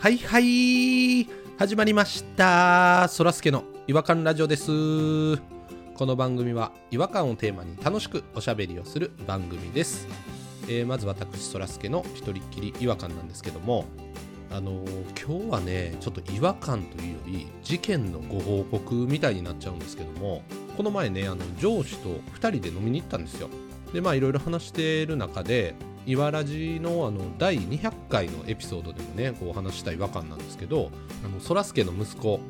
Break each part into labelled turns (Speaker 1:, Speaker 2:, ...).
Speaker 1: はいはい始まりましたそらすけの違和感ラジオですこの番組は違和感をテーマに楽しくおしゃべりをする番組です、えーまず私そらすけの一人っきり違和感なんですけどもあのー今日はねちょっと違和感というより事件のご報告みたいになっちゃうんですけどもこの前ねあの上司と2人で飲みに行ったんですよでまあいろいろ話してる中でいわらじのあの第200回のエピソードでもねこうお話しした違和感なんですけどあのそらすけの息子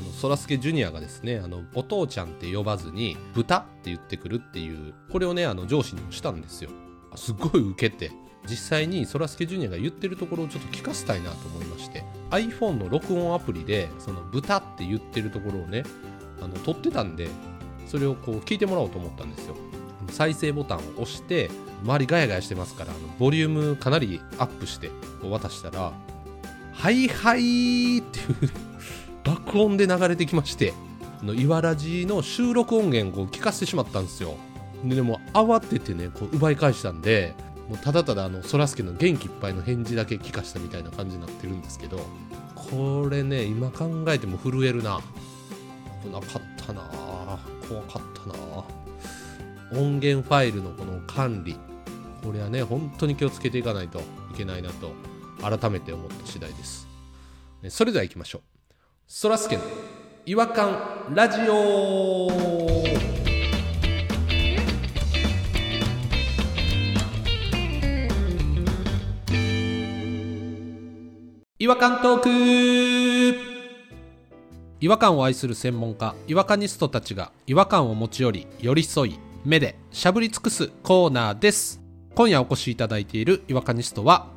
Speaker 1: あのそらすけジュニアがですねあのお父ちゃんって呼ばずに「豚」って言ってくるっていうこれをねあの上司にもしたんですよあすごいウケて実際にそらすけジュニアが言ってるところをちょっと聞かせたいなと思いまして iPhone の録音アプリでその「豚」って言ってるところをねあの撮ってたんでそれをこう聞いてもらおうと思ったんですよ再生ボタンを押して周りガヤガヤしてますからあのボリュームかなりアップしてこう渡したら「はいはい」っていう 爆音で流れてきましてあのいわらじの収録音源をこう聞かせてしまったんですよででも慌ててねこう奪い返したんでもうただただあのそらすけの元気いっぱいの返事だけ聞かしたみたいな感じになってるんですけどこれね今考えても震えるな危なかったなあ怖かったなあ音源ファイルのこの管理これはね本当に気をつけていかないといけないなと改めて思った次第ですねそれでは行きましょうそらすけの違和感ラジオ違和感トーク違和感を愛する専門家違和感ニストたちが違和感を持ち寄り寄り添い目でしゃぶり尽くすコーナーです今夜お越しいただいている違和感ニストは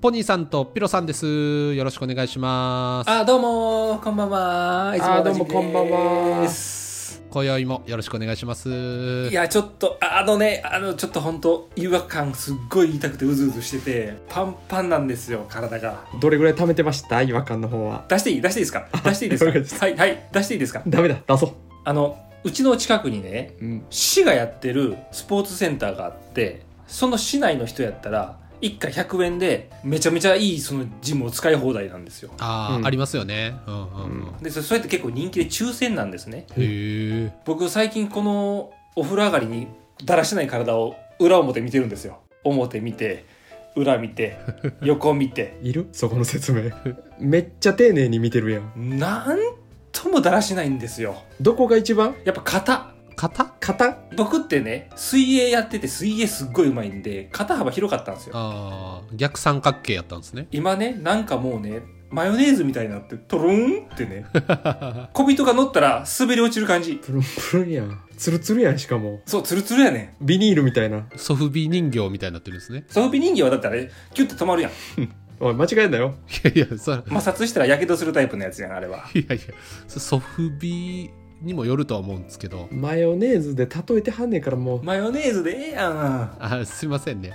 Speaker 1: ポニーさんとピロさんですよろしくお願いします
Speaker 2: あどうもこんばんは。いつもおなじみです
Speaker 3: あどうもこんばんは
Speaker 1: 今宵もよろしくお願いします
Speaker 2: いやちょっとああのねあのちょっと本当違和感すっごい痛くてうずうずしててパンパンなんですよ体が。
Speaker 3: どれぐらい貯めてました違和感の方は。
Speaker 2: 出していい出していいです か出していい
Speaker 3: わかり
Speaker 2: で
Speaker 3: ますし
Speaker 2: かはいはい出していいですか
Speaker 3: ダメだ、出そう。
Speaker 2: あのうちの近くにね
Speaker 3: うん。
Speaker 2: 市がやってるスポーツセンターがあってその市内の人やったら1回100円でめちゃめちゃいいそのジムを使い放題なんですよ。
Speaker 1: ああ、
Speaker 3: うん
Speaker 1: ありますよねうんうんうん、
Speaker 3: うん
Speaker 2: でそそれって結構人気で抽選なんですね。
Speaker 1: へえ
Speaker 2: 僕最近このお風呂上がりにだらしない体を裏表見てるんですよ表見て裏見て横見て
Speaker 3: いるそこの説明。 めっちゃ丁寧に見てるやん。
Speaker 2: なんともだらしないんですよ
Speaker 3: どこが一番
Speaker 2: やっぱ肩
Speaker 1: 型
Speaker 3: 肩
Speaker 2: 僕ってね水泳やってて水泳すっごいうまいんで肩幅広かったんですよ
Speaker 1: ああ逆三角形やったんですね
Speaker 2: 今ねなんかもうねマヨネーズみたいになってトローンってね小人が乗ったら滑り落ちる感じ
Speaker 3: プルンプルンやん。ツルツルやん、しかも。
Speaker 2: そうツルツルやねん
Speaker 3: ビニールみたいな。
Speaker 1: ソフビ人形みたいになってるんですね
Speaker 2: ソフビ人形はだってあれキュッて止まるやん
Speaker 3: おい、間違えんなよ。
Speaker 1: いやいやそ
Speaker 2: 摩擦したらやけどするタイプのやつやんあれはい
Speaker 1: やいやそソフビにもよるとは思うんですけど
Speaker 3: マヨネーズで例えてはんねんからもう。
Speaker 2: マヨネーズでええやん
Speaker 1: あすいませんね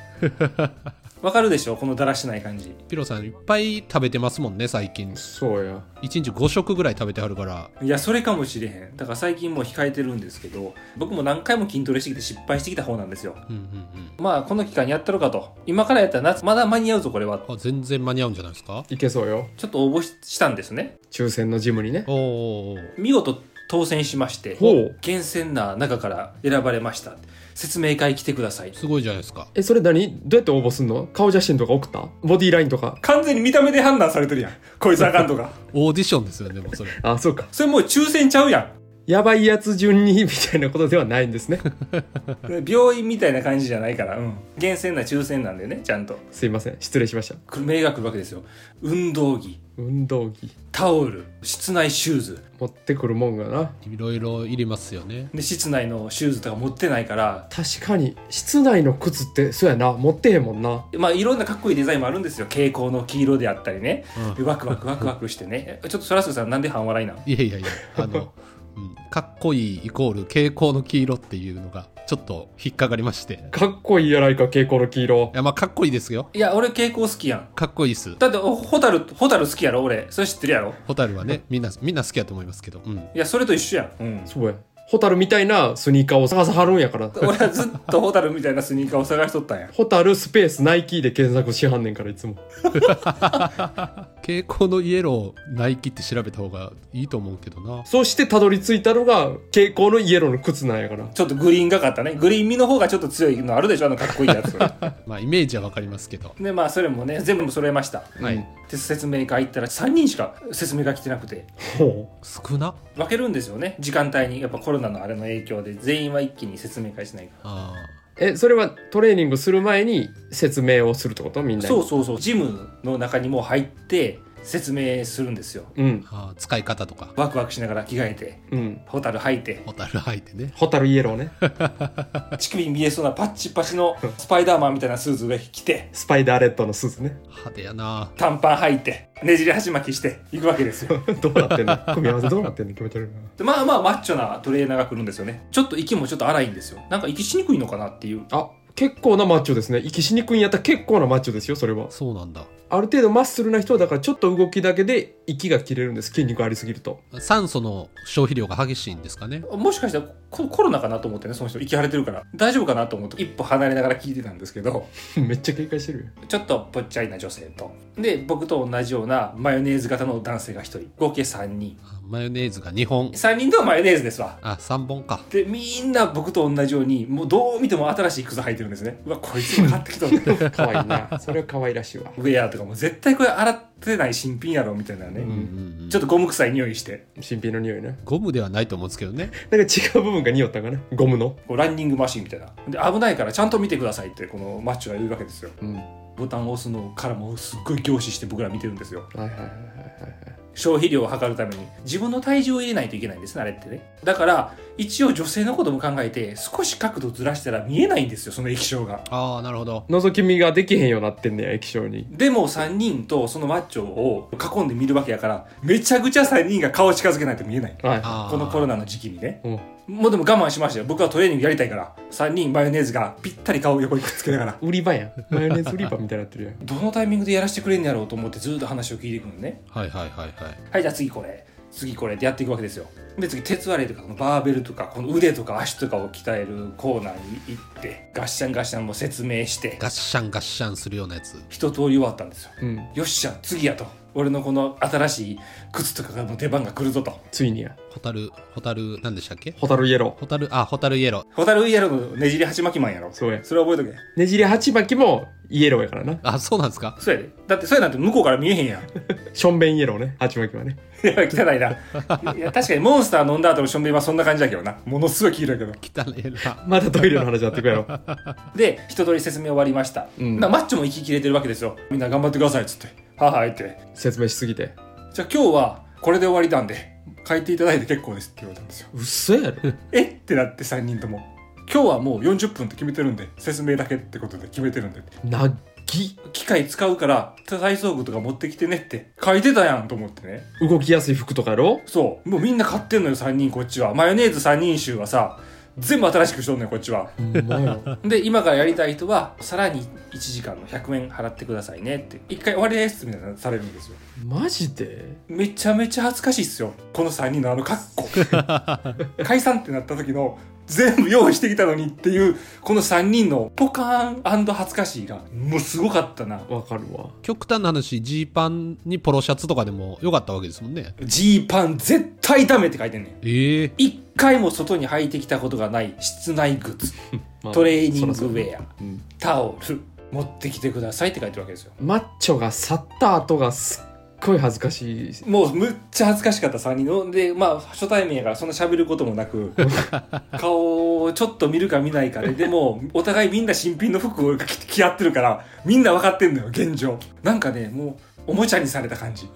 Speaker 2: わかるでしょこのだらしない感じ
Speaker 1: ピロさんいっぱい食べてますもんね最近
Speaker 3: そうや。
Speaker 1: 一日5食ぐらい食べてはるから
Speaker 2: いやそれかもしれへんだから最近もう控えてるんですけど僕も何回も筋トレしてきて失敗してきた方なんですよ
Speaker 1: うんうん
Speaker 2: まあこの期間やったろかと今からやったら夏まだ間に合うぞこれは
Speaker 1: うんあ全然間に合うんじゃないですか
Speaker 3: いけそうよ。
Speaker 2: ちょっと応募ししたんですね
Speaker 3: 抽選のジムにね。
Speaker 1: おーおー
Speaker 2: 見事当選しまして
Speaker 3: ほう
Speaker 2: 厳選な中から選ばれました説明会来てください
Speaker 1: すごいじゃないですか
Speaker 3: え、それ何どうやって応募すんの顔写真とか送ったボディラインとか。
Speaker 2: 完全に見た目で判断されてるやんこいつあかんとか
Speaker 1: オーディションですよねもうそれ
Speaker 3: あ、そうか。
Speaker 2: それもう抽選ちゃうやん
Speaker 3: やばいやつ順に、みたいなことではないんですね。
Speaker 2: 病院みたいな感じじゃないから、うん、厳選な抽選なんでねちゃんと
Speaker 3: すいません。失礼しました。
Speaker 2: 来る名が来るわけですよ運動着
Speaker 3: 運動着。
Speaker 2: タオル室内シューズ
Speaker 3: 持ってくるもんがな。
Speaker 1: いろいろいりますよね
Speaker 2: で室内のシューズとか持ってないから
Speaker 3: 確かに室内の靴ってそうやな持ってへんもんな
Speaker 2: まあいろんなかっこいいデザインもあるんですよ蛍光の黄色であったりね、
Speaker 1: うん
Speaker 2: でワクワクワクワクしてねえちょっとそらすけさんなんで半笑いなん
Speaker 1: いやいやいやあの、うん、かっこいいイコール蛍光の黄色っていうのがちょっと引っかかりましてい
Speaker 3: かっこいいやないか蛍光の黄色
Speaker 1: やまあかっこいいですよ
Speaker 2: いや俺蛍光好きやん
Speaker 1: かっこいいっす
Speaker 2: だっておホタルホタル好きやろ俺それ知ってるやろ
Speaker 1: ホタルはねみんなみんな好きやと思いますけどうん
Speaker 2: いやそれと一緒やん、うん、
Speaker 3: そうやホタルみたいなスニーカーを探さはるんやから
Speaker 2: 俺はずっとホタルみたいなスニーカーを探しとったんや
Speaker 3: ホタルスペースナイキで検索しはんねんからいつも
Speaker 1: 蛍光のイエローナイキって調べた方がいいと思うけどな
Speaker 3: そしてたどり着いたのが蛍光のイエローの靴なんやから
Speaker 2: ちょっとグリーンがかったねグリーン味の方がちょっと強いのあるでしょあのかっこいいやつ
Speaker 1: まあイメージはわかりますけど
Speaker 2: でまあそれもね全部揃えました、
Speaker 1: はい
Speaker 2: うんで説明会行ったら3人しか説明が来てなくて
Speaker 3: ほ
Speaker 1: 少な
Speaker 2: 分けるんですよね時間帯にやっぱコロナのあれの影響で全員は一気に説明会しないか
Speaker 1: あ
Speaker 3: うえそれはトレーニングする前に説明をするってことみんな
Speaker 2: ら
Speaker 3: に
Speaker 2: そうそうそうジムの中にもう入って説明するんですよ
Speaker 3: うん
Speaker 1: ーあー使い方とか
Speaker 2: ワクワクしながら着替えて
Speaker 3: うん
Speaker 2: ホタル履いて
Speaker 1: ホタル履いてね
Speaker 3: ホタルイエロ ーね
Speaker 2: 乳首見えそうなパッチパチのスパイダーマンみたいなスーツ上着て
Speaker 3: スパイダーレッドのスーツ ね
Speaker 1: 派手やな
Speaker 2: 短パン履いてねじり鉢巻きしていくわけですよ
Speaker 3: どうなってんの組み合わせどうなってんの気持ち悪いな
Speaker 2: でまあまあマッチョなトレーナーが来るんですよねちょっと息もちょっと荒いんですよなんか息しにくいのかなっていう
Speaker 3: あ結構なマッチョですね息しにくいんやったら結構なマッチョですよそれは
Speaker 1: そうなんだ
Speaker 3: ある程度マッスルな人はだからちょっと動きだけで息が切れるんです筋肉ありすぎると
Speaker 1: 酸素の消費量が激しいんですかね
Speaker 2: もしかしたらココロナかなと思ってねその人息腫れてるから大丈夫かなと思って一歩離れながら聞いてたんですけど
Speaker 3: めっちゃ警戒してるよ
Speaker 2: ちょっとぽっちゃりな女性とで僕と同じようなマヨネーズ型の男性が1人合計3人
Speaker 1: あマヨネーズが2本
Speaker 2: 3人ともマヨネーズですわ
Speaker 1: あ3本か
Speaker 2: でみんな僕と同じようにもうどう見ても新しい靴履いてるんですねうわこいつも買ってきた
Speaker 3: 可愛いなそれは可愛らしいわ
Speaker 2: ウェアとかも絶対これ洗ってない新品やろみたいなね、
Speaker 3: うん
Speaker 2: ちょっとゴム臭い匂いして
Speaker 3: 新品の匂いね
Speaker 1: ゴムではないと思うんですけどね
Speaker 3: なんか違う部分が匂ったんかなゴムの
Speaker 2: こうランニングマシンみたいなで危ないからちゃんと見てくださいってこのマッチョが言うわけですよ
Speaker 3: うんは
Speaker 2: ボタンを押すのからもすっごい凝視して僕ら見てるんですよ
Speaker 3: いはいはいはい
Speaker 2: 消費量を測るために自分の体重を入れないといけないんですねあれってねだから一応女性のことも考えて少し角度ずらしたら見えないんですよその液晶が
Speaker 1: ああなるほど
Speaker 3: 覗き見ができへんようになってんねや液晶に
Speaker 2: でも3人とそのマッチョを囲んで見るわけやからめちゃくちゃ3人が顔近づけないと見えない
Speaker 3: は
Speaker 1: あー
Speaker 2: このコロナの時期にね
Speaker 3: いうん
Speaker 2: もうでも我慢しましたよ僕はトレーニングやりたいから3人マヨネーズがぴったり顔を横にくっつけながら
Speaker 3: 売り場やんマヨネーズ売り場みたいになってるやん
Speaker 2: どのタイミングでやらせてくれんのやろうと思ってずっと話を聞いていくのね
Speaker 1: はいはいはいはい
Speaker 2: はいじゃあ次これ次これってやっていくわけですよで次鉄割れとかこのバーベルとかこの腕とか足とかを鍛えるコーナーに行ってガッシャンガッシャンもう説明して
Speaker 1: ガッシャンガッシャンするようなやつ
Speaker 2: 一通り終わったんですよ
Speaker 3: うん
Speaker 2: よっしゃ次やと俺のこの新しい靴とかの出番が来るぞと
Speaker 3: ついにや
Speaker 1: ホタルホタル何でしたっけ
Speaker 3: ホタルイエロ
Speaker 1: ホタルあホタルイエロー
Speaker 2: ホタルイヤロのねじり鉢巻きマンやろ
Speaker 3: ーそうや
Speaker 2: それ覚えとけ
Speaker 3: ねじり鉢巻きもイエローやからな
Speaker 1: あそうなんですか
Speaker 2: そうやでだってそれなんて向こうから見えへんやん い
Speaker 3: ションベンイエローね鉢巻きはね
Speaker 2: や汚いないや確かにモンスター飲んだ後のしょんべんはそんな感じだけどなものすごい黄色いけど
Speaker 1: 汚いな
Speaker 3: まだトイレの話やってくやろ
Speaker 2: で一通り説明終わりました、
Speaker 3: うん
Speaker 2: なマッチョも息切れてるわけですよみんな頑張ってくださいっつってはいはいって
Speaker 3: 説明しすぎて
Speaker 2: じゃあ今日はこれで終わりなんで帰っていただいて結構ですって言われたんですよ
Speaker 3: うっせやろ
Speaker 2: えってなって3人とも今日はもう40分って決めてるんで説明だけってことで決めてるんで
Speaker 3: なっぎ
Speaker 2: 機械使うから体操具とか持ってきてねって書いてたやんと思ってね
Speaker 3: 動きやすい服とかやろ
Speaker 2: そうもうみんな買ってんのよ3人こっちはマヨネーズ3人衆はさ全部新しくしとんのよこっちは
Speaker 3: ほんまや
Speaker 2: で今からやりたい人はさらに1時間の100円払ってくださいねって一回終わりですみたいなのされるんですよ
Speaker 3: マジで
Speaker 2: めちゃめちゃ恥ずかしいっすよこの3人のあの格好 解散ってなった時の全部用意してきたのにっていうこの3人のポカーン恥ずかしいがもうすごかったな
Speaker 3: わかる わ
Speaker 1: 極端な話ジーパンにポロシャツとかでもよかったわけですもんね
Speaker 2: ジーパン絶対ダメって書いてんねん
Speaker 1: ええ
Speaker 2: 一回も外に履いてきたことがない室内靴
Speaker 3: まあ
Speaker 2: トレーニングウ
Speaker 3: そらそう
Speaker 2: ェア
Speaker 3: うん
Speaker 2: タオル持ってきてくださいって書いてるわけですよ
Speaker 3: マッチョが去った後がすっごい恥ずかしい
Speaker 2: もうむっちゃ恥ずかしかった3人のでまあ初対面やからそんな喋ることもな く顔をちょっと見るか見ないかででもお互いみんな新品の服を着着合ってるからみんな分かってんのよ現状なんかねもうおもちゃにされた感じ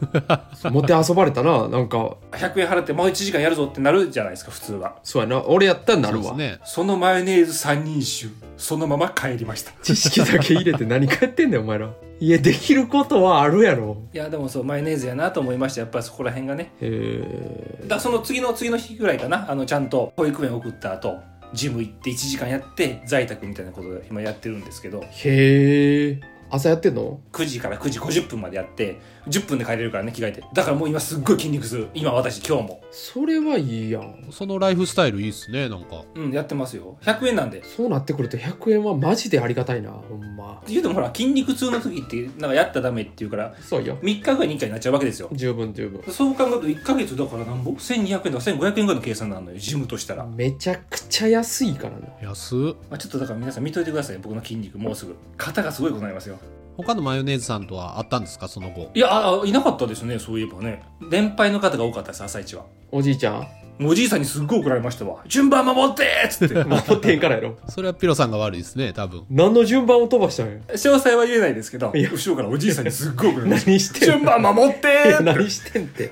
Speaker 3: 持って遊ばれたな なんか
Speaker 2: 100円払ってもう1時間やるぞってなるじゃないですか普通は
Speaker 3: そうやな俺やったらなる
Speaker 1: そ
Speaker 3: わ、
Speaker 1: うですね
Speaker 2: そのマヨネーズ3人衆そのまま帰りました
Speaker 3: 知識だけ入れて何かやってん だよお前らいやできることはあるやろ
Speaker 2: いやでもそうマヨネーズやなと思いましたやっぱりそこら辺がね
Speaker 3: へ
Speaker 2: だその次の次の日ぐらいかなあのちゃんと保育園送った後ジム行って1時間やって在宅みたいなことを今やってるんですけど
Speaker 3: えへえ朝やってんの
Speaker 2: 9時から9時50分までやって10分で帰れるからね着替えてだからもう今すっごい筋肉痛今私今日も
Speaker 3: それはいいやん
Speaker 1: そのライフスタイルいいっすねなんか
Speaker 2: うんやってますよ100円なんで
Speaker 3: そうなってくると100円はマジでありがたいなほんま
Speaker 2: 言うてもほら筋肉痛の時ってなんかやったらダメっていうから
Speaker 3: そうよ
Speaker 2: 3日ぐらいに1回になっちゃうわけですよ
Speaker 3: 十分十分
Speaker 2: そう考えると1ヶ月だからなんぼ1200円とか1500円ぐらいの計算なのよジムとしたら、ま
Speaker 3: めちゃくちゃ安いからな
Speaker 1: 安っ
Speaker 2: あ、ちょっとだから皆さん見といてください僕の筋肉もうすぐ肩がすごいことになりますよ
Speaker 1: 他のマヨネーズさんとはあったんですかその後
Speaker 2: いやあいなかったですねそういえばね年配の方が多かったです朝一は
Speaker 3: おじいちゃ ん
Speaker 2: おじいさんにすっごい怒られましたわ順番守ってっ つって詳
Speaker 3: 守ってへんからやろ
Speaker 1: それはピロさんが悪いですね多分
Speaker 3: 何の順番を飛ばしたんや
Speaker 2: 細は言えないですけど
Speaker 3: いや
Speaker 2: 後ろからおじいさんにすっごい怒られました
Speaker 3: 何してん
Speaker 2: 順
Speaker 3: の
Speaker 2: 番守って
Speaker 3: いや何してんって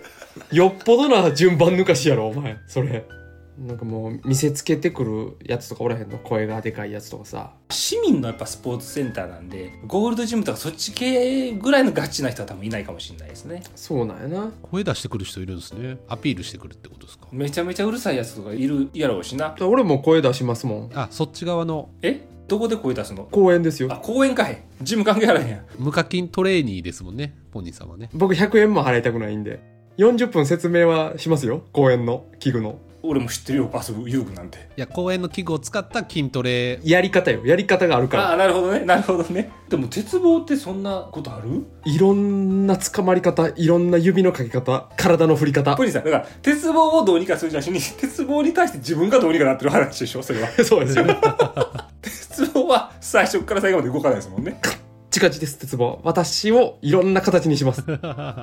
Speaker 3: よっぽどな順番抜かしやろお前それなんかもう見せつけてくるやつとかおらへんの声がでかいやつとかさ
Speaker 2: 市民のやっぱスポーツセンターなんでゴールドジムとかそっち系ぐらいのガチな人は多分いないかもしれないですね
Speaker 3: そうなんやな
Speaker 1: 声出してくる人いるんですねアピールしてくるってことですか
Speaker 2: めちゃめちゃうるさいやつとかいるやろうしな
Speaker 3: 俺も声出しますもん
Speaker 1: あそっち側の
Speaker 2: えどこで声出すの
Speaker 3: 公園ですよ
Speaker 2: あ公園かいジム関係あらへんやん
Speaker 1: 無課金トレーニーですもんねポニーさんはね
Speaker 3: 僕100円も払いたくないんで40分説明はしますよ公園の器具の
Speaker 2: 俺も知ってるよバス遊具なんて
Speaker 1: いや公園の器具を使った筋ト レ
Speaker 3: やり方よやり方があるから
Speaker 2: ああなるほどねなるほどねでも鉄棒ってそんなことある
Speaker 3: いろんな捕まり方いろんな指のかけ方体の振り方
Speaker 2: プリンさんだから鉄棒をどうにかするじゃなしに鉄棒に対して自分がどうにかなってる話でしょそれは
Speaker 3: そうです よ
Speaker 2: 鉄棒は最初から最後まで動かないですもんね
Speaker 3: チカチです鉄棒私をいろんな形にします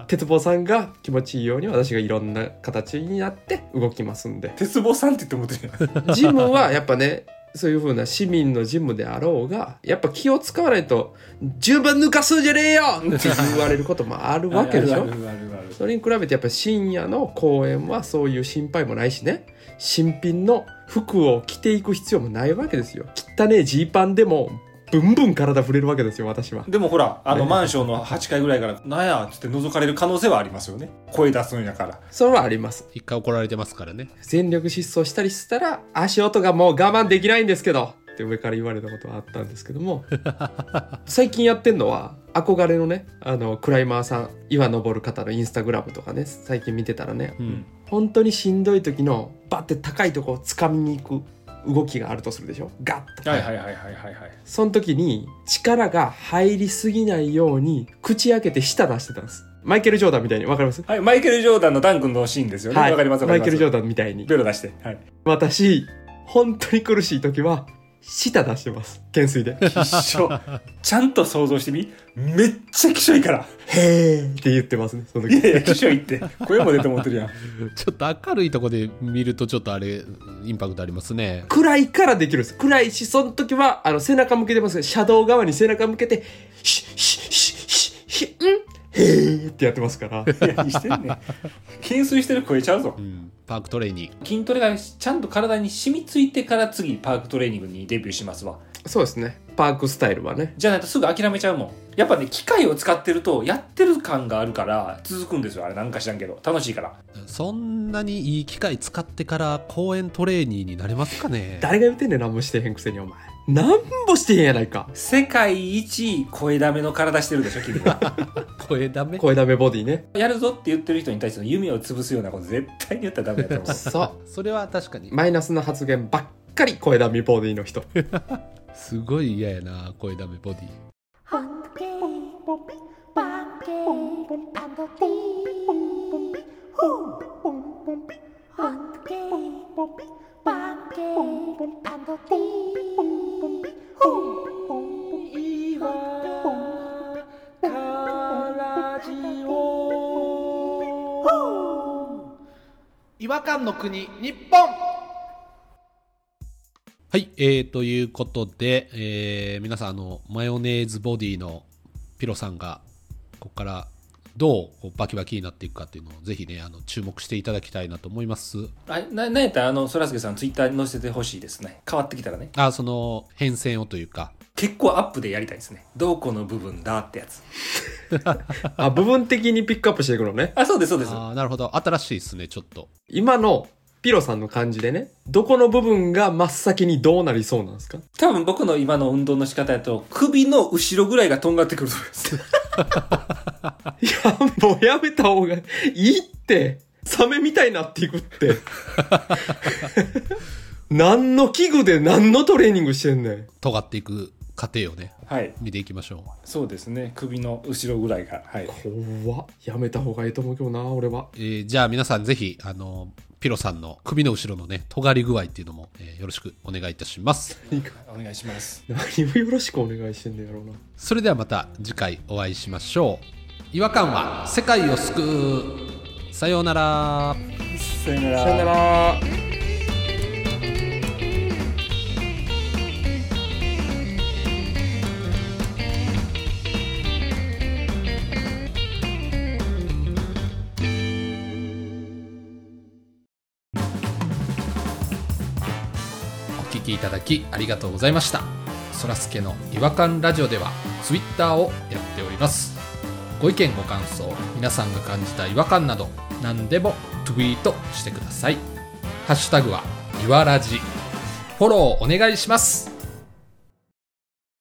Speaker 3: 鉄棒さんが気持ちいいように私がいろんな形になって動きますんで
Speaker 2: 鉄棒さんって言ってもってる やん
Speaker 3: ジムはやっぱねそういう風な市民のジムであろうがやっぱ気を使わないと「十分抜かすんじゃねえよ!」って言われることもあるわけでし
Speaker 2: あ
Speaker 3: ょ
Speaker 2: るあるあるある
Speaker 3: それに比べてやっぱ深夜の公演はそういう心配もないしね新品の服を着ていく必要もないわけですよ汚ねえジーパンでもブンブン体触れるわけですよ私は
Speaker 2: でもほらあのマンションの8階ぐらいから「なんや」っつって覗かれる可能性はありますよね声出すんやから
Speaker 3: それはあります
Speaker 1: 一回怒られてますからね
Speaker 3: 全力疾走したりしたら足音がもう我慢できないんですけどって上から言われたことはあったんですけ ども最近やってんのは憧れのねあのクライマーさん岩登る方のインスタグラムとかね最近見てたらね
Speaker 1: うん
Speaker 3: 本当にしんどい時のバッて高いとこを掴みに行く動きがあるとするでしょガッと、
Speaker 2: はいはいはいはいはい
Speaker 3: その時に力が入りすぎないように口開けて舌出してたんですマイケル・ジョーダンみたいにわかります
Speaker 2: はいマイケル・ジョーダンのダン君のシーンですよねわ、
Speaker 3: はい
Speaker 2: かりますわか
Speaker 3: マ
Speaker 2: り
Speaker 3: イ
Speaker 2: ます
Speaker 3: ケル・ジョー
Speaker 2: ダ
Speaker 3: ダンみたいに
Speaker 2: ベロ出してはい
Speaker 3: 私本当に苦しい時は舌出してます懸垂で
Speaker 2: 一緒ちゃんと想像してみめっちゃきしょいから
Speaker 3: へえって言ってますねその
Speaker 2: い
Speaker 3: 時
Speaker 2: やいやきしょいって声も出て思って るやん
Speaker 1: ちょっと明るいとこで見るとちょっとあれインパクトありますね
Speaker 3: 暗いからできるんです暗いしその時はあの背中向けてますけど車道側に背中向けてシッシッシッシッシッんへえってやってますから
Speaker 2: いやしてんね懸垂してる声ちゃうぞ
Speaker 1: うんパークトレーニー
Speaker 2: 筋トレがちゃんと体に染みついてから次パークトレーニングにデビューしますわ
Speaker 3: そうですねパークスタイルはね
Speaker 2: じゃないとすぐ諦めちゃうもんやっぱね機械を使ってるとやってる感があるから続くんですよあれなんか知らんけど楽しいから
Speaker 1: そんなにいい機会使ってから公園トレーニーになれますかね
Speaker 3: 誰が言ってんねん何もしてへんくせにお前何もしてへんやないか
Speaker 2: 世界一声だめの体してるでしょ君は
Speaker 1: 声ダメ
Speaker 3: 声だめボディね
Speaker 2: やるぞって言ってる人に対しての夢を潰すようなこと絶対に言ったらダメだと思う
Speaker 3: そ
Speaker 1: それは確かに
Speaker 3: うマイナスな発言ばっかり声だめボディの人
Speaker 1: すごい嫌やな声ダメボディ
Speaker 4: Hunky,
Speaker 5: 違和感の国日本
Speaker 1: はい、えー、ということで、えー皆さんあのマヨネーズボディのピロさんがここからどうこうバキバキになっていくかっていうのをぜひねあの注目していただきたいなと思います
Speaker 2: あななんやったらあのそらすけさんツイッターに載せてほしいですね変わってきたらね
Speaker 1: あその変遷をというか
Speaker 2: 結構アップでやりたいですねどこの部分だってやつ
Speaker 3: あ部分的にピックアップしていくのね
Speaker 2: あそうですそうです
Speaker 1: あーなるほど新しいですねちょっと
Speaker 3: 今のピロさんの感じでね、どこの部分が真っ先にどうなりそうなんですか
Speaker 2: 多分僕の今の運動の仕方やと、首の後ろぐらいがとんがってくると思います。
Speaker 3: いや、もうやめた方がいいって。サメみたいになっていくって。 何の器具で何のトレーニングしてんねん。
Speaker 1: 尖っていく過程をね
Speaker 2: はい。
Speaker 1: 見ていきましょ
Speaker 2: そうですね。首の後ろぐらいが。はい。
Speaker 3: 怖っ。やめた方がいいと思うけどな、俺は。
Speaker 1: う、えーじゃあ皆さんぜひあのピロさんの首の後ろのね尖り具合っていうのも、えーよろしくお願いいたします
Speaker 2: お願いします。
Speaker 3: 何をよろしくお願いしてんだやろうな。
Speaker 1: それではまた次回お会いしましょう違和感は世界を救うさようなら
Speaker 2: さよなら。
Speaker 3: さよなら。
Speaker 1: お聞きいただきありがとうございましたそらすけの違和感ラジオではツイッターをやっておりますご意見ご感想皆さんが感じた違和感など何でもツイートしてくださいハッシュタグはいわらじフォローお願いします